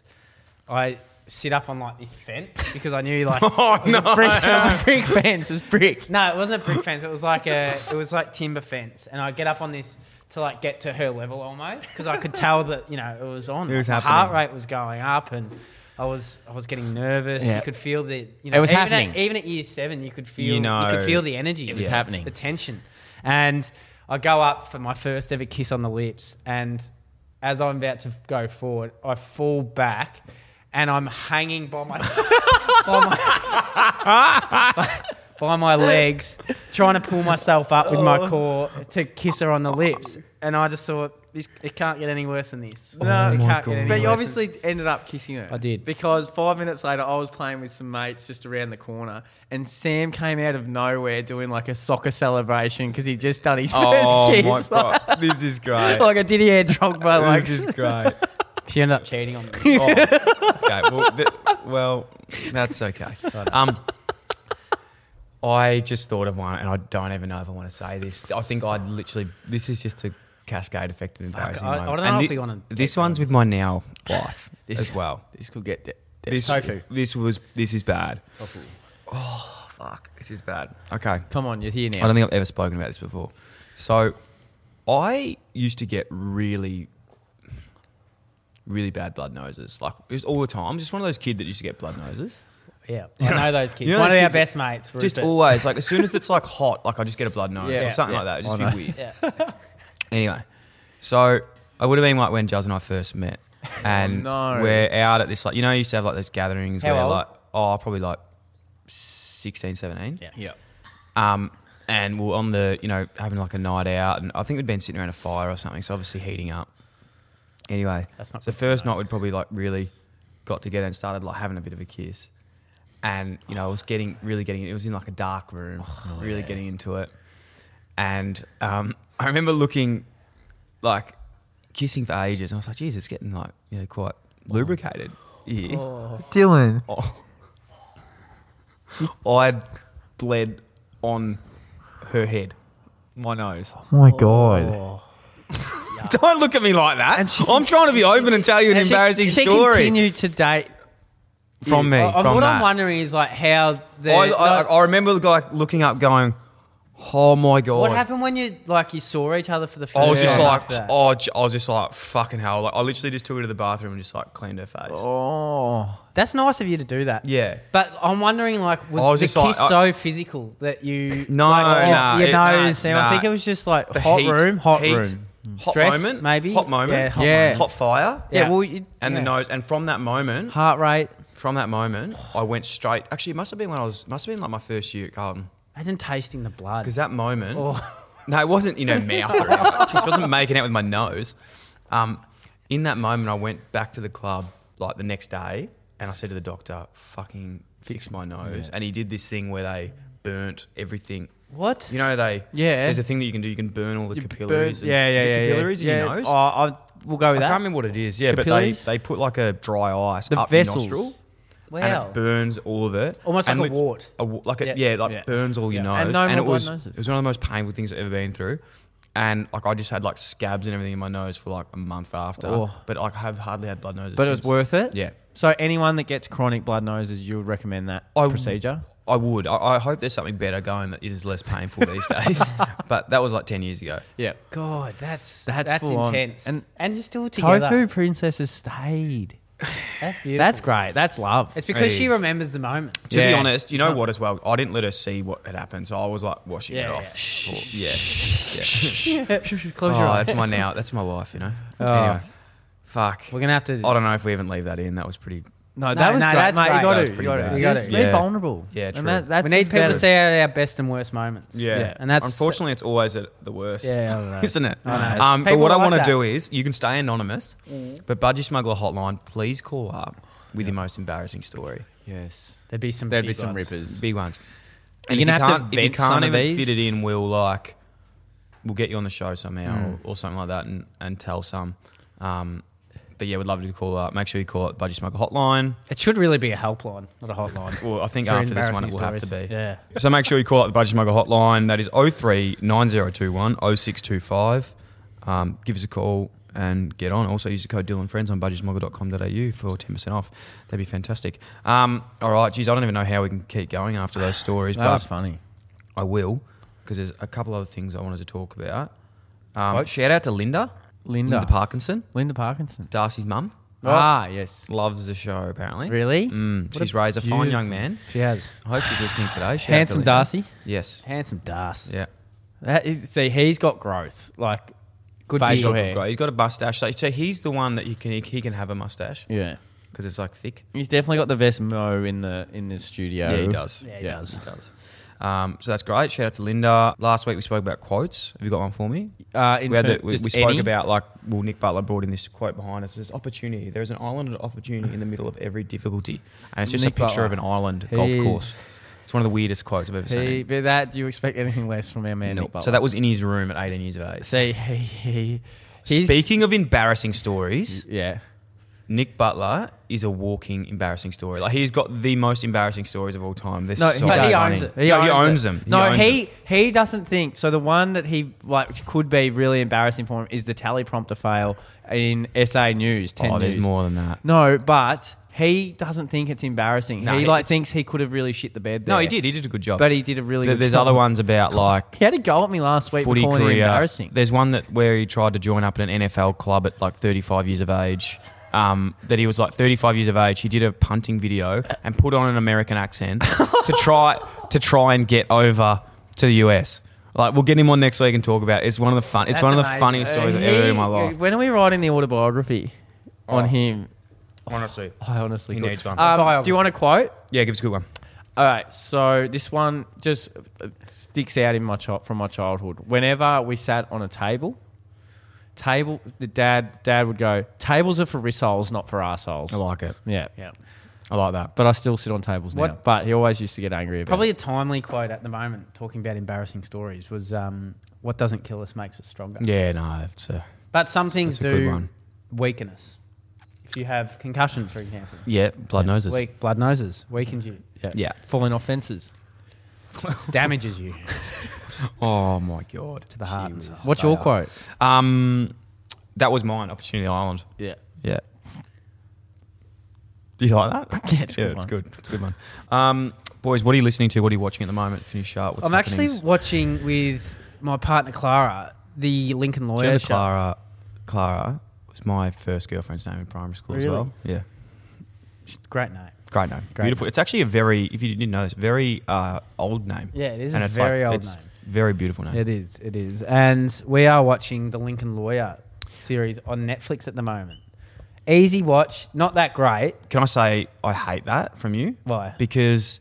S3: I sit up on like this fence because I knew,
S1: [laughs]
S3: like,
S1: Oh no.
S3: brick. It was a brick fence. It was brick. No, it wasn't a brick fence. It was like a it was like timber fence. And I get up on this to like get to her level almost because I could tell that you know it was on.
S1: It was
S3: My
S1: happening.
S3: heart rate was going up and. I was I was getting nervous.
S2: Yeah.
S3: You could feel the you know
S2: was
S3: even
S2: happening.
S3: At, even at year seven, you could feel
S1: You
S3: you,
S1: know.
S3: could feel the energy. It
S2: was happening.
S3: The tension, and I go up for my first ever kiss on the lips, and as I'm about to go forward, I fall back, and I'm hanging by my by my by my [laughs] legs, trying to pull myself up with
S1: Oh.
S3: my core to kiss her on the lips. And I just thought, this, it can't get any worse than this. No, it can't get any
S2: But
S3: worse.
S2: you
S3: than-
S2: obviously ended up kissing her.
S3: I did.
S2: Because five minutes later, I was playing with some mates just around the corner, and Sam came out of nowhere doing like a soccer celebration because he just done his first kiss. Like,
S1: Oh god, this is great.
S2: [laughs] like a
S1: [laughs]
S2: Didier Drogba. Like,
S1: this is great. Oh,
S3: she ended up cheating on me.
S1: Okay, well, th- well, that's okay. Um, I just thought of one, and I don't even know if I want to say this. I think I'd literally. This is just a cascade effect of embarrassing
S3: I- I don't
S1: moments.
S3: know
S1: And
S3: if
S1: thi-
S3: we wanna get
S1: This one's with my now wife as well.
S2: this could get. De-
S1: This
S2: tofu.
S1: This was. This is bad. Oh fuck! This is bad. Okay.
S2: Come on, you're here
S1: I
S2: now.
S1: don't think I've ever spoken about this before. So, I used to get really, really bad blood noses, like just all the time. I'm just one of those kids that used to get blood noses.
S3: Yeah, I know those kids.
S1: You know
S3: One
S1: those
S3: of our
S1: kids
S3: best mates, Rupert.
S1: Just always, like as soon
S2: [laughs]
S1: as it's like hot, like I just get a blood nose
S2: Yeah.
S1: or something
S2: Yeah.
S1: like that. It'd just be
S2: I know.
S1: weird.
S3: Yeah.
S1: [laughs] Anyway, so I would have been like when Jazz and I first
S2: [laughs]
S1: met, and
S2: Oh, no.
S1: we're out at this like you know you used to have like those gatherings
S3: How
S1: where
S3: old?
S1: like oh probably like 16, 17.
S3: Yeah.
S2: Yeah.
S1: Um, and we we're on the, you know, having like a night out, and I think we'd been sitting around a fire or something, so obviously heating up. Anyway,
S3: That's not
S1: so
S3: good for
S1: first night
S3: us.
S1: we'd probably like really got together and started like having a bit of a kiss, and you know, I was getting really getting it was in like a dark room,
S3: Oh,
S1: really getting into it, and um, [laughs] I remember looking like kissing for ages, and I was like, geez, it's getting like you know quite lubricated here. Oh.
S3: Oh.
S4: Dylan.
S1: [laughs] I had bled on her head, my nose.
S4: my God.
S3: Oh.
S1: [laughs] Don't look at me like that. I'm trying to be open and tell you an embarrassing
S2: she,
S1: story
S2: She continued to date.
S1: from me.
S3: Well,
S1: from
S3: Uh, what I'm
S1: that.
S3: wondering is like how the
S1: I, I, I remember the guy looking up, going, "Oh my god!"
S3: what happened when you like you saw each other for the first
S1: I was just
S3: time
S1: like,
S3: after that?
S1: oh, j- I was just like, fucking hell! Like, I literally just took her to the bathroom and just like cleaned her face.
S2: Oh.
S3: That's nice of you to do that.
S1: Yeah.
S3: But I'm wondering, like, was,
S1: I was
S3: the
S1: just like,
S3: kiss
S1: I-
S3: so physical
S1: [laughs]
S3: that you
S1: No,
S3: like, your-
S1: nah,
S3: your
S1: it- nah,
S3: nose?
S1: nah.
S3: I think it was just like
S1: The
S3: hot
S1: heat-
S3: room, hot
S1: heat,
S3: room.
S1: hot
S3: Stress,
S1: moment,
S3: maybe?
S1: hot moment,
S3: Yeah, hot
S1: hot,
S2: Yeah. moment.
S1: fire,
S3: Yeah.
S2: Yeah, well, you,
S1: and
S2: yeah.
S1: the nose. And from that moment,
S3: Heart rate.
S1: from that moment, I went straight. Actually, it must have been when I was must have been like my first year at Carlton.
S3: Imagine tasting the blood.
S1: Because that moment,
S2: Oh.
S1: [laughs] no, it wasn't you know mouth or anything. She wasn't making out with my nose. Um, in that moment, I went back to the club like the next day, and I said to the doctor, "Fucking fix my nose." And he did this thing where they burnt everything.
S3: What?
S1: You know they
S2: Yeah.
S1: There's a thing that you can do. You can burn all the
S2: You
S1: capillaries. and-
S2: burn- yeah, yeah,
S1: is it
S2: yeah, yeah.
S1: capillaries in
S2: Yeah.
S1: your nose.
S3: oh, I, we'll go
S1: I
S3: with
S1: can't
S3: that.
S1: remember what it is. Yeah,
S2: Capillaries?
S1: but they they put like a dry ice
S2: The
S1: up your
S2: vessels.
S1: nostril. And
S3: Wow.
S1: it burns all of it.
S3: Almost
S1: And
S3: like a
S1: lit-
S3: wart.
S1: a wa- like a,
S3: Yeah.
S1: yeah. like
S2: Yeah.
S1: burns all your
S2: Yeah.
S1: nose.
S2: And
S1: And,
S2: no more
S1: it
S2: blood
S1: was
S2: noses.
S1: it was one of the most painful things I've ever been through. And like I just had like scabs and everything in my nose for like a month after.
S2: Oh.
S1: But like, I have hardly had blood noses.
S2: But it was
S1: since.
S2: worth it.
S1: Yeah.
S2: So anyone that gets chronic blood noses, you would recommend that
S1: I-
S2: procedure.
S1: I would. I, I hope there's something better going that is less painful
S2: [laughs]
S1: these days. But that was like ten years ago.
S2: Yeah.
S3: God, that's
S2: That's
S3: that's,
S2: full on.
S3: intense.
S2: And-
S3: And and you're still together.
S2: Tofu princesses stayed.
S3: That's beautiful.
S2: That's great. That's love.
S3: It's because she
S1: Jeez.
S3: remembers the moment.
S1: To
S2: Yeah.
S1: be honest, you know what? As well, I didn't let her see what had happened, so I was like washing it
S3: Yeah, yeah.
S1: off. Yeah, yeah.
S2: [laughs] Close
S1: oh,
S2: your eyes.
S1: that's my now. That's my wife. You know.
S2: [laughs] Oh.
S1: Anyway, fuck.
S3: We're gonna have to.
S1: I don't know if we even leave that in. That was pretty.
S2: No,
S3: that was great, mate. You gotta-
S1: you gotta-
S3: you gotta-
S2: be
S1: Yeah.
S2: vulnerable.
S1: Yeah,
S2: And
S1: true.
S2: that- that's
S3: we need
S2: as
S3: people
S2: better.
S3: to see out our best and worst moments.
S2: Yeah.
S3: and that's
S1: unfortunately, it's always at the worst.
S3: Yeah, I know.
S1: [laughs] isn't it?
S3: I know.
S1: Um, but
S3: People
S1: what I
S3: like
S1: want to
S3: that.
S1: do
S3: Mm.
S1: is you can stay anonymous, but Budgie Smuggler Hotline, please call up with your most embarrassing story,
S2: Yes.
S3: [laughs] there'd be some
S2: There'd
S3: big
S2: be some
S3: ones.
S2: rippers.
S1: big ones.
S2: You're gonna
S1: if you
S2: have to
S1: can't, if you
S2: vent some
S1: can't
S2: of
S1: even
S2: these.
S1: fit it in, we'll like we'll get you on the show somehow
S3: Mm.
S1: or, or something like that, and, and tell some. Um, but yeah, we'd love you to call up. Make sure you call it Budgie Smuggler Hotline.
S3: It should really be a helpline, not a hotline.
S1: Well, [laughs] I think
S3: For
S1: after this one, it
S3: embarrassing
S1: will have to
S3: stories.
S1: be.
S3: Yeah.
S1: So make sure you call up the Budget Smuggler hotline. That is 03 9021 0625. Um, give us a call and get on. Also, use the code Dylan Friends on budgetsmuggler.com.au for 10% off. That'd be fantastic. Um, all right, geez, I don't even know how we can keep going after those stories,
S2: That was
S1: but
S2: Oh, funny.
S1: I will because there's a couple other things I wanted to talk about. Um,
S2: Quotes?
S1: shout out to Linda,
S2: Linda.
S1: Linda Parkinson,
S2: Linda Parkinson.
S1: Darcy's mum.
S2: Ah, yes.
S1: Loves the show, apparently.
S3: Really?
S1: Mm,
S2: a
S1: she's raised a fine young man.
S3: She has
S1: I hope she's listening today. Shout out to
S2: Handsome
S1: Linda.
S2: Darcy.
S1: Yes.
S3: handsome Das.
S1: Yeah.
S2: That is, see, he's got growth. Like, good
S1: He's
S2: facial
S1: got,
S2: hair.
S1: great- he's got a mustache. So, so he's the one that you can he, he can have a mustache
S2: Yeah.
S1: because it's like thick.
S2: He's definitely got the best mo in the in the studio.
S1: Yeah, he does.
S3: Yeah, he
S2: Yeah.
S3: does.
S1: He does. Um, so that's great. Shout out to Linda. Last week we spoke about quotes. Have you got one for me?
S2: Uh, in
S1: we, had
S2: ter-
S1: the- we,
S2: just
S1: we spoke
S2: any?
S1: about like well, Nick Butler brought in this quote behind us. There's opportunity. There is an island of opportunity in the middle of every difficulty, and it's just
S2: Nick
S1: a picture
S2: Butler.
S1: of an island
S2: He
S1: golf
S2: is-
S1: course. It's one of the weirdest quotes I've ever
S2: He,
S1: seen.
S2: but that, do you expect anything less from our man?
S1: Nope.
S2: Nick Butler?
S1: So that was in his room at 18 years of age.
S2: See, he, he he's-
S1: Speaking of embarrassing stories,
S2: Yeah.
S1: Nick Butler is a walking embarrassing story. Like he's got the most embarrassing stories of all time. They're
S2: No,
S1: so
S2: he, does.
S1: funny.
S3: owns it.
S1: No, He, owns
S2: it.
S1: them.
S2: no,
S1: owns
S2: he
S1: them.
S2: he doesn't think so. The one that he like could be really embarrassing for him is the tally prompter fail in SA News. 10
S1: Oh, there's
S2: News.
S1: more than that.
S2: No, but he doesn't think it's embarrassing.
S1: No,
S2: he like
S1: it's-
S2: thinks he could have really shit the bed. There.
S1: No, he did. He did a good job.
S2: but he did a really.
S1: There-
S2: good
S1: there's
S2: job.
S1: other ones about like
S2: He had a go at me last week.
S1: footy
S2: for calling it
S1: career.
S2: Embarrassing.
S1: There's one that where he tried to join up at an NFL club at like 35 years of age. Um, that he was like 35 years of age. He did a punting video and put on an American accent [laughs] to try to try and get over to the US. Like we'll get him on next week and talk about. It. It's one of the fun. It's
S3: That's
S1: one of the
S3: amazing.
S1: funniest stories I've ever heard in my life.
S2: Uh, When are we writing the autobiography on
S1: Oh.
S2: him?
S1: Honestly,
S2: I honestly
S1: He
S2: could.
S1: needs one.
S2: Um, do you want a quote?
S1: yeah, give us a good one.
S2: All right, so this one just uh, sticks out in my chi- from my childhood. Whenever we sat on a table, table, the dad dad would go, "Tables are for rissoles, not for arseholes."
S1: I like it.
S2: Yeah,
S3: Yeah.
S1: I like that.
S2: but I still sit on tables now.
S3: What-
S2: But he always used to get angry about.
S3: Probably
S2: it.
S3: a timely quote at the moment, talking about embarrassing stories, was um, "What doesn't kill us makes us stronger."
S1: Yeah, no, it's a,
S3: But some things
S1: That's a good
S3: do
S1: one.
S3: weaken us. If you have concussion, for example,
S1: yeah, blood noses.
S3: weak blood noses weakens you,
S1: Yeah.
S2: falling off fences.
S1: [laughs]
S3: damages you
S1: Oh my god,
S3: to the heart. and soul.
S2: What's your quote?
S1: Um, that was mine. Opportunity Island.
S2: Yeah,
S1: Yeah. Do you like that?
S2: [laughs] Yeah, it's a good
S1: it's
S2: one.
S1: good. It's a good one. Um, boys, what are you listening to? What are you watching at the moment? Finish up. What's
S3: I'm actually
S1: happening?
S3: watching with my partner Clara the Lincoln
S1: Do you know
S3: Lawyer
S1: that
S3: show.
S1: Clara. Clara was my first girlfriend's name in primary school as
S3: Really?
S1: well. Yeah.
S3: Great name.
S1: Great name.
S3: Great
S1: beautiful. It's actually a very, if you didn't know this, very uh, old name.
S3: Yeah, it is
S1: And
S3: a
S1: it's
S3: very
S1: like-
S3: old
S1: it's
S3: name.
S1: Very beautiful name.
S3: It is. It is. And we are watching the Lincoln Lawyer series on Netflix at the moment. Easy watch, not that great.
S1: Can I say I hate that from you?
S3: Why?
S1: Because,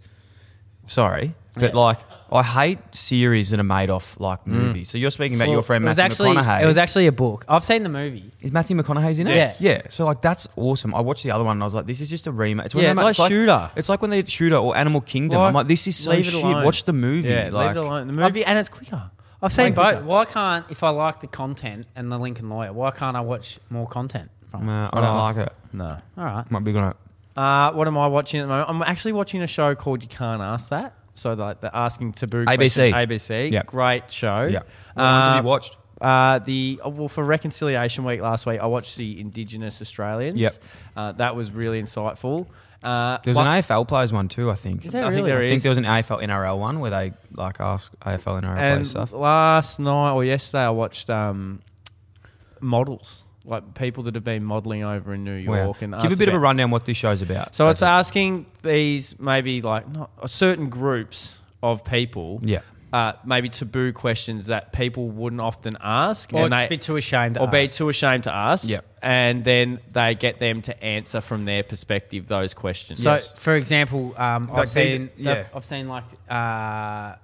S1: sorry, but
S3: Yeah.
S1: like I hate series that are made off like movies. So you're speaking about your friend
S3: Mm. it was
S1: Matthew
S3: actually,
S1: McConaughey.
S3: It was actually a book. I've seen the movie.
S1: is Matthew McConaughey's in it?
S3: Yes.
S1: Yeah. So like that's awesome. I watched the other one and I was like, this is just a remake. It's one
S2: Yeah,
S1: of them-
S2: it's like Shooter.
S1: It's like when they did Shooter or Animal Kingdom. I'm
S2: Like,
S1: like, this is so
S2: leave it
S1: shit.
S2: alone.
S1: Watch the movie.
S2: yeah.
S1: like,
S2: leave it alone. The
S3: I've-
S2: movie and it's quicker.
S3: I've seen
S1: Why
S3: both. Why can't, if I like the content and the Lincoln Lawyer, why can't I watch more content from it?
S1: Nah, I don't
S2: Oh.
S1: like it.
S2: No.
S3: All right.
S1: Might be gonna.
S2: Uh, what am I watching at the moment? I'm actually watching a show called You Can't Ask That. So like the asking taboo
S1: ABC.
S2: questions- ABC,
S1: Yeah.
S2: great show.
S1: Yeah.
S2: Uh,
S1: to be watched.
S2: uh, the oh, well for Reconciliation Week last week, I watched the Indigenous Australians.
S1: Yep.
S2: uh, that was really insightful. Uh,
S1: There's
S2: one-
S1: an AFL players one too, I think.
S2: Is there
S1: I think,
S2: really?
S1: I
S2: There
S1: think
S2: is.
S1: there was an AFL NRL one where they like asked AFL NRL
S2: and
S1: players stuff.
S2: last night or yesterday, I watched um, models, like people that have been modeling over in New
S1: Wow.
S2: York. And
S1: Give a
S2: asked
S1: bit of a
S2: about-
S1: rundown what this show's about.
S2: So it's
S1: basically.
S2: asking these maybe like not uh, certain groups of people,
S3: Mm.
S1: Yeah.
S2: uh, maybe taboo questions that people wouldn't often ask,
S3: Or
S2: and they
S3: be too ashamed to
S2: or be
S3: ask.
S2: too ashamed to ask.
S1: Yeah.
S2: and then they get them to answer from their perspective those questions.
S3: So,
S1: Yes.
S3: for example, um,
S1: Like
S3: I've
S1: these-
S3: seen the-
S1: yeah.
S3: I've seen like uh,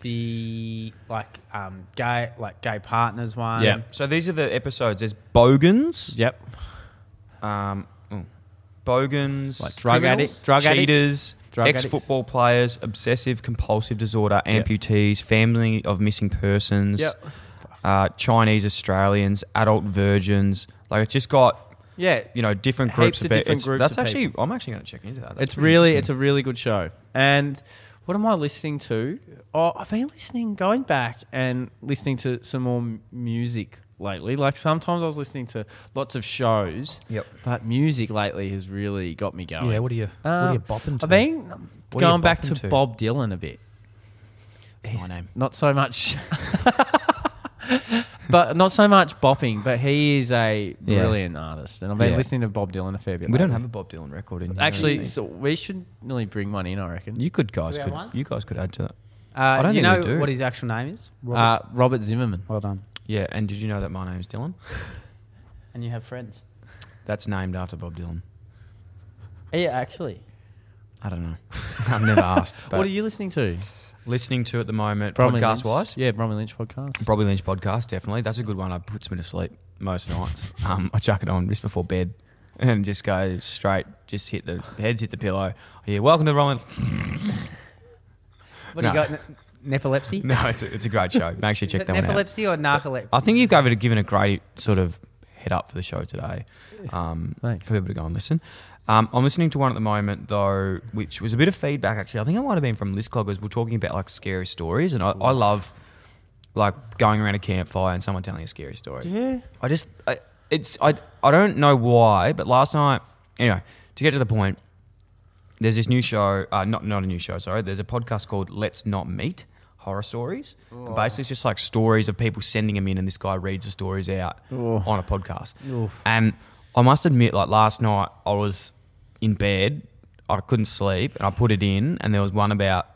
S3: the like um, gay like gay partners one. Uh,
S2: Yeah.
S1: Um, So these are the episodes. There's Bogans,
S2: yep,
S1: um, mm, Bogans,
S2: Like drug
S1: criminals,
S2: addict- drug addicts,
S1: cheaters,
S2: drug addicts.
S1: ex-football players, obsessive compulsive disorder,
S2: Yeah.
S1: amputees, family of missing persons,
S2: Yep.
S1: uh, Chinese Australians, adult virgins. Like it's just got
S2: yeah.
S1: you know different
S2: Heaps
S1: groups
S2: of
S1: pe-
S2: different
S1: it's-
S2: groups
S1: That's
S2: of
S1: actually I'm actually going to check into that. That's
S2: It's really it's
S1: interesting.
S2: a really good show. And what am I listening to? Oh, I've been listening, going back and listening to some more m- music lately. Like sometimes I was listening to lots of shows.
S1: Yep.
S2: But music lately has really got me going.
S1: yeah. What are you what
S2: Um,
S1: are you bopping to?
S2: I've been
S1: What are you
S2: going back to,
S1: bopping to?
S2: Bob Dylan a bit.
S1: That's my name.
S2: Not so much. [laughs] but not so much bopping, but he is a
S1: Yeah.
S2: brilliant artist. And I've been
S1: Yeah.
S2: listening to Bob Dylan a fair bit.
S1: We don't
S2: lately.
S1: have a Bob Dylan record in here. I don't
S2: Actually,
S1: think.
S2: so we should really bring one in, I reckon.
S1: you could guys
S3: we have
S1: could
S3: one?
S1: you guys could add to that.
S3: Uh,
S1: I don't
S3: you
S1: think we
S3: know
S1: do.
S3: what his actual name is?
S2: Robert,
S3: Robert.
S2: uh, Robert Zimmerman.
S3: well done.
S1: Yeah, and did you know that my name's Dylan?
S3: And you have friends.
S1: That's named after Bob Dylan.
S3: Eh,
S2: Yeah, actually.
S1: I don't know. [laughs] I've
S2: [laughs]
S1: never asked. But
S2: what are you listening to?
S1: listening to at the moment,
S2: Bromley
S1: podcast
S2: Lynch.
S1: wise?
S2: Yeah, Bromley Lynch podcast.
S1: Probably Lynch podcast, definitely. That's a good one. It puts me to sleep most nights. [laughs] Um, I chuck it on just before bed and just go straight. Just hit the heads, hit the pillow. Yeah, welcome to the Roman.
S3: What
S1: No.
S3: do you got? Ne-
S1: [laughs]
S3: nepilepsy.
S1: [laughs] No, it's a, it's a great show. Make sure you check that one out.
S3: Nepilepsy or narcolepsy?
S1: I think you've given given a great sort of head up for the show today um,
S2: Thanks.
S1: for people to go and listen. Um, I'm listening to one at the moment though, which was a bit of feedback actually. I think it might have been from List Cloggers. We're talking about like scary stories, and I, I love like going around a campfire and someone telling a scary story.
S2: Yeah.
S1: I just I, it's I I don't know why, but last night anyway to get to the point, there's this new show, uh, not not a new show, sorry. There's a podcast called Let's Not Meet Horror Stories. And basically, it's just like stories of people sending them in, and this guy reads the stories out on a podcast. And I must admit, like last night, I was in bed, I couldn't sleep, and I put it in, and there was one about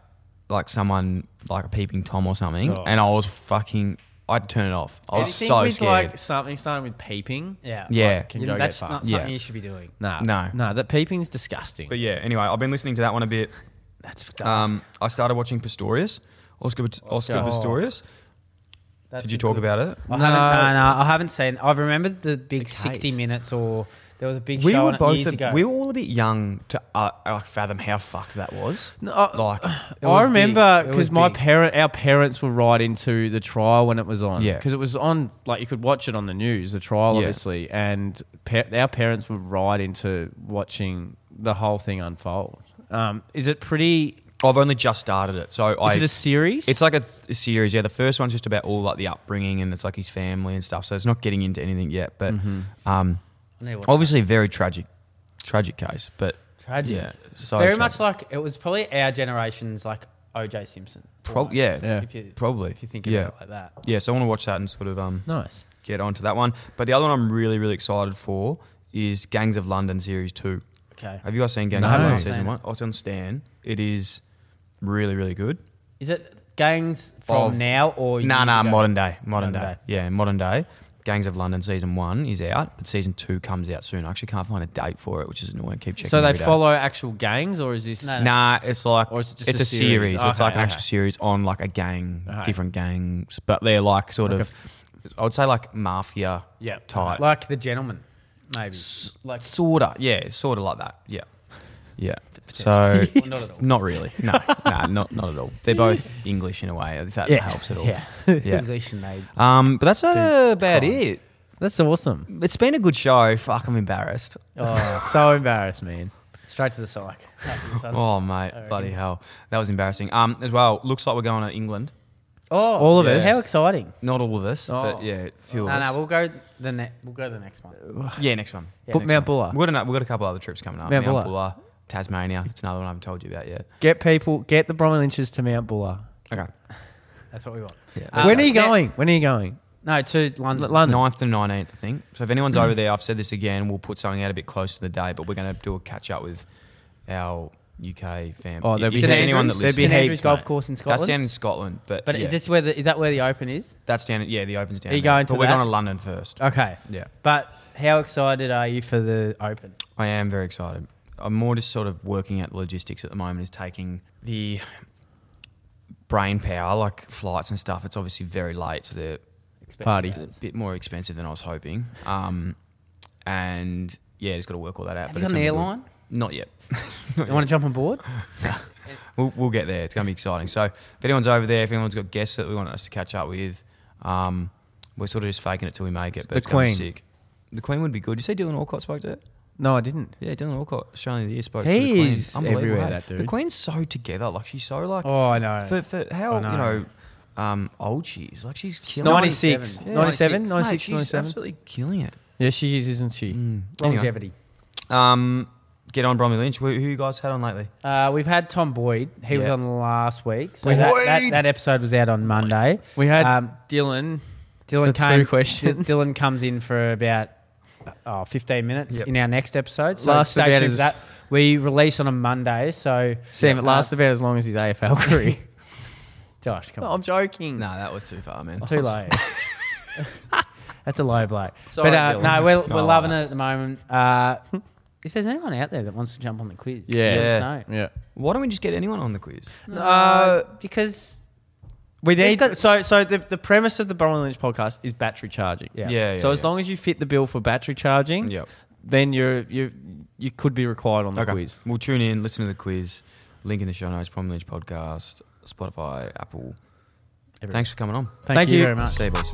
S1: like someone like a peeping tom or something, and I was fucking. I had to turn it off. I was
S2: Anything
S1: so
S2: with
S1: scared.
S2: like something starting with peeping.
S3: Yeah.
S1: Yeah.
S2: Like, can
S3: You-
S2: go
S3: that's
S2: get far.
S3: not
S1: Yeah.
S3: something you should be doing.
S2: Nah,
S1: No.
S2: nah. That peeping's disgusting.
S1: but yeah, anyway, I've been listening to that one a bit.
S2: that's
S1: Um, I started watching Pistorius, Oscar, Oscar
S2: Oscar.
S1: Pistorius.
S3: Oh, That's
S1: Did you
S3: a
S1: talk
S3: good-
S1: about it?
S3: I
S2: No.
S3: haven't. No, no, I haven't seen. I remember the big
S2: case.
S3: sixty minutes, or there was a big
S1: we
S3: show on
S1: were
S3: it
S1: both
S3: years
S1: a-
S3: ago.
S1: we were all a bit young to uh, uh, fathom how fucked that was.
S2: No, I- [sighs]
S1: like
S2: uh, I
S3: was
S2: remember
S3: big. It
S2: because
S3: was
S2: my
S3: big.
S2: parent, our parents were right into the trial when it was on.
S1: Yeah.
S2: because it was on. Like you could watch it on the news, the trial,
S1: Yeah.
S2: obviously, and pa- our parents were right into watching the whole thing unfold. Um, is it pretty?
S1: I've only just started it, so
S2: Is
S1: I.
S2: it a series?
S1: it's like a, th- a series, yeah. The first one's just about all like the upbringing and it's like his family and stuff. So it's not getting into anything yet, but
S3: Mm-hmm.
S1: um,
S3: I need to watch
S1: obviously very tragic, tragic case. But
S3: Tragic.
S1: yeah, so
S3: Very
S1: tragic.
S3: much like it was probably our generation's like OJ Simpson.
S1: Prob-
S3: almost,
S1: yeah,
S2: Yeah.
S3: If you,
S1: probably.
S3: if you think
S1: yeah,
S3: about it like that.
S1: yeah. So I want to watch that and sort of um
S2: nice.
S1: get onto that one. But the other one I'm really really excited for is Gangs of London series two.
S3: Okay.
S1: Have you guys seen Gangs
S2: No.
S1: of
S2: I
S1: London
S3: haven't
S1: season
S3: seen
S1: one? Oh, it's on Stan. It is really, really good.
S3: Is it gangs from
S1: Of-
S3: now or
S1: Nah,
S3: years
S1: nah,
S3: ago?
S1: modern day, modern,
S3: Modern
S1: day.
S3: day.
S1: Yeah, modern day. Gangs of London season one is out, but season two comes out soon. I actually can't find a date for it, which is annoying. Keep checking.
S2: So they
S1: every day.
S2: follow actual gangs, or is this?
S3: No, no.
S1: Nah, it's like
S2: Or is it just
S1: it's
S2: a
S1: a,
S2: series?
S1: series. It's
S2: Okay,
S1: like an
S2: okay.
S1: actual series on like a gang,
S2: Okay.
S1: different gangs, but they're like sort
S2: Like a
S1: of, I would say like mafia
S2: Yeah.
S1: type,
S3: Like the gentleman, maybe. Like
S1: sorta, yeah, sorta like that, yeah, yeah. So
S3: Well, not at all.
S1: [laughs] Not really. No, no, not not at all. They're both English in a way. If that
S2: Yeah.
S1: helps at all.
S2: Yeah.
S1: [laughs]
S3: [laughs]
S1: yeah.
S3: English and they
S1: Um, but that's uh, about it.
S2: That's awesome.
S1: It's been a good show. Fuck, I'm embarrassed.
S2: Oh, so embarrassed, man.
S3: straight to
S1: [laughs]
S3: the psych. oh,
S1: Oh mate, bloody hell, that was embarrassing. Um, as well, looks like we're going to England.
S2: all of us.
S3: How exciting!
S1: Not all of us, but
S2: Oh.
S1: yeah, a few
S3: No,
S1: of
S3: no,
S1: us.
S3: we'll go the ne- we'll go the next one.
S1: yeah, next one.
S2: But
S1: Next one.
S2: Mount Buller.
S1: We've got, a, we've got a couple other trips coming up.
S2: Mount
S1: Mount,
S2: Buller.
S1: Buller, Tasmania. It's another one I haven't told you about yet.
S2: Get people, get the Bromley Lynches to Mount Buller.
S1: Okay.
S3: That's what we want.
S1: Yeah.
S3: Uh,
S2: when are you
S3: yeah.
S2: going? When are you going?
S3: No, to London.
S2: London.
S1: 9th and 19th, I think. So if anyone's
S2: Mm.
S1: over there, I've said this again, we'll put something out a bit closer to the day, but we're going to do a catch up with our UK family.
S2: Oh, there'll
S1: if
S2: be
S1: there's
S2: heaps.
S1: anyone that
S2: There'll
S1: listens.
S2: be
S3: St Andrew's
S2: heaps,
S3: Golf
S2: mate.
S3: Course in
S1: That's
S3: Scotland.
S1: down in Scotland, but,
S3: but
S1: yeah,
S3: is this where the is that where the Open is?
S1: that's down. Yeah, the Open's down.
S3: Are you
S1: there.
S3: going to
S1: But we're
S3: that?
S1: going to London first.
S3: Okay.
S1: Yeah,
S3: But how excited are you for the Open?
S1: I am very excited. I'm more just sort of working out the logistics at the moment. Is taking the brain power, like flights and stuff. It's obviously very late, so they're
S2: Party.
S1: a bit more expensive than I was hoping. Um, and yeah, just got to work all that out.
S3: Have
S1: but
S3: you
S1: it's
S3: got an
S1: gonna be good. [laughs]
S3: airline?
S1: Not yet.
S3: You want to jump
S1: [laughs]
S3: on board?
S1: We'll, we'll get there. It's going to be exciting. So if anyone's over there, if anyone's got guests that we want us to catch up with, um, we're sort of just faking it till we make it. But
S2: The
S1: it's going to be
S2: Queen.
S1: sick. The Queen would be good. You see Dylan Alcott spoke to it?
S2: No, I didn't.
S1: Yeah, Dylan Alcott, Australian of the Year, spoke to the Queen.
S2: He's
S1: Unbelievable,
S2: everywhere,
S1: hey?
S2: that dude.
S1: The Queen's so together. Like, she's so, like,
S3: Oh,
S1: [laughs]
S3: I know.
S1: for, for how,
S3: I know.
S1: you know, um, old she is. Like, she's killing it.
S2: 96.
S3: 97.
S1: Yeah,
S2: 97?
S1: mate,
S2: 96,
S1: she's
S2: 97?
S1: absolutely killing it. Mm.
S2: Yeah, she is, isn't she?
S1: Anyway,
S3: Longevity.
S1: um, get on Bromley Lynch. Who, who you guys had on lately?
S3: Uh, we've had Tom Boyd. He was
S1: Yeah.
S3: on last week. So
S2: Boyd!
S3: that, that, that episode was out on Monday.
S2: We had
S3: Um,
S2: Dylan.
S3: Dylan
S2: For
S3: came,
S2: two questions.
S3: D- Dylan comes in for about uh, oh, 15 minutes
S1: Yep.
S3: in our next episode. So
S2: Last
S3: stay
S2: about
S3: tuned
S2: as-
S3: for that. We release on a
S2: [laughs]
S3: Monday. So
S2: Sam, it
S3: Uh,
S2: lasts about as long as his AFL
S3: [laughs]
S2: career.
S3: Josh, come
S2: No,
S3: on.
S2: I'm joking.
S1: No, that was too far, man.
S3: Too low. [laughs] That's a low blow.
S2: Sorry,
S3: but uh,
S2: Dylan.
S3: no, we're,
S1: No,
S3: we're
S1: I
S3: loving
S1: like
S3: it at the moment. Uh, if there's anyone out there that wants to jump on the quiz,
S2: Yeah.
S3: let us
S1: Yeah.
S3: know.
S2: Yeah.
S1: Why don't we just get anyone on the quiz?
S2: Uh,
S3: because
S2: we
S3: It's
S2: need
S3: got-
S2: so so the, the premise of the Bromley Lynch podcast is battery charging.
S3: Yeah.
S1: Yeah,
S2: so
S1: yeah,
S2: as
S1: yeah.
S2: long as you fit the bill for battery charging,
S1: Yep.
S2: then you're you you could be required on the quiz.
S1: We'll tune in, listen to the quiz. Link in the show notes, Prom Lynch Podcast, Spotify, Apple. Thanks for coming on.
S3: thank,
S2: Thank
S3: you
S2: you.
S3: very much.
S1: See you, boys.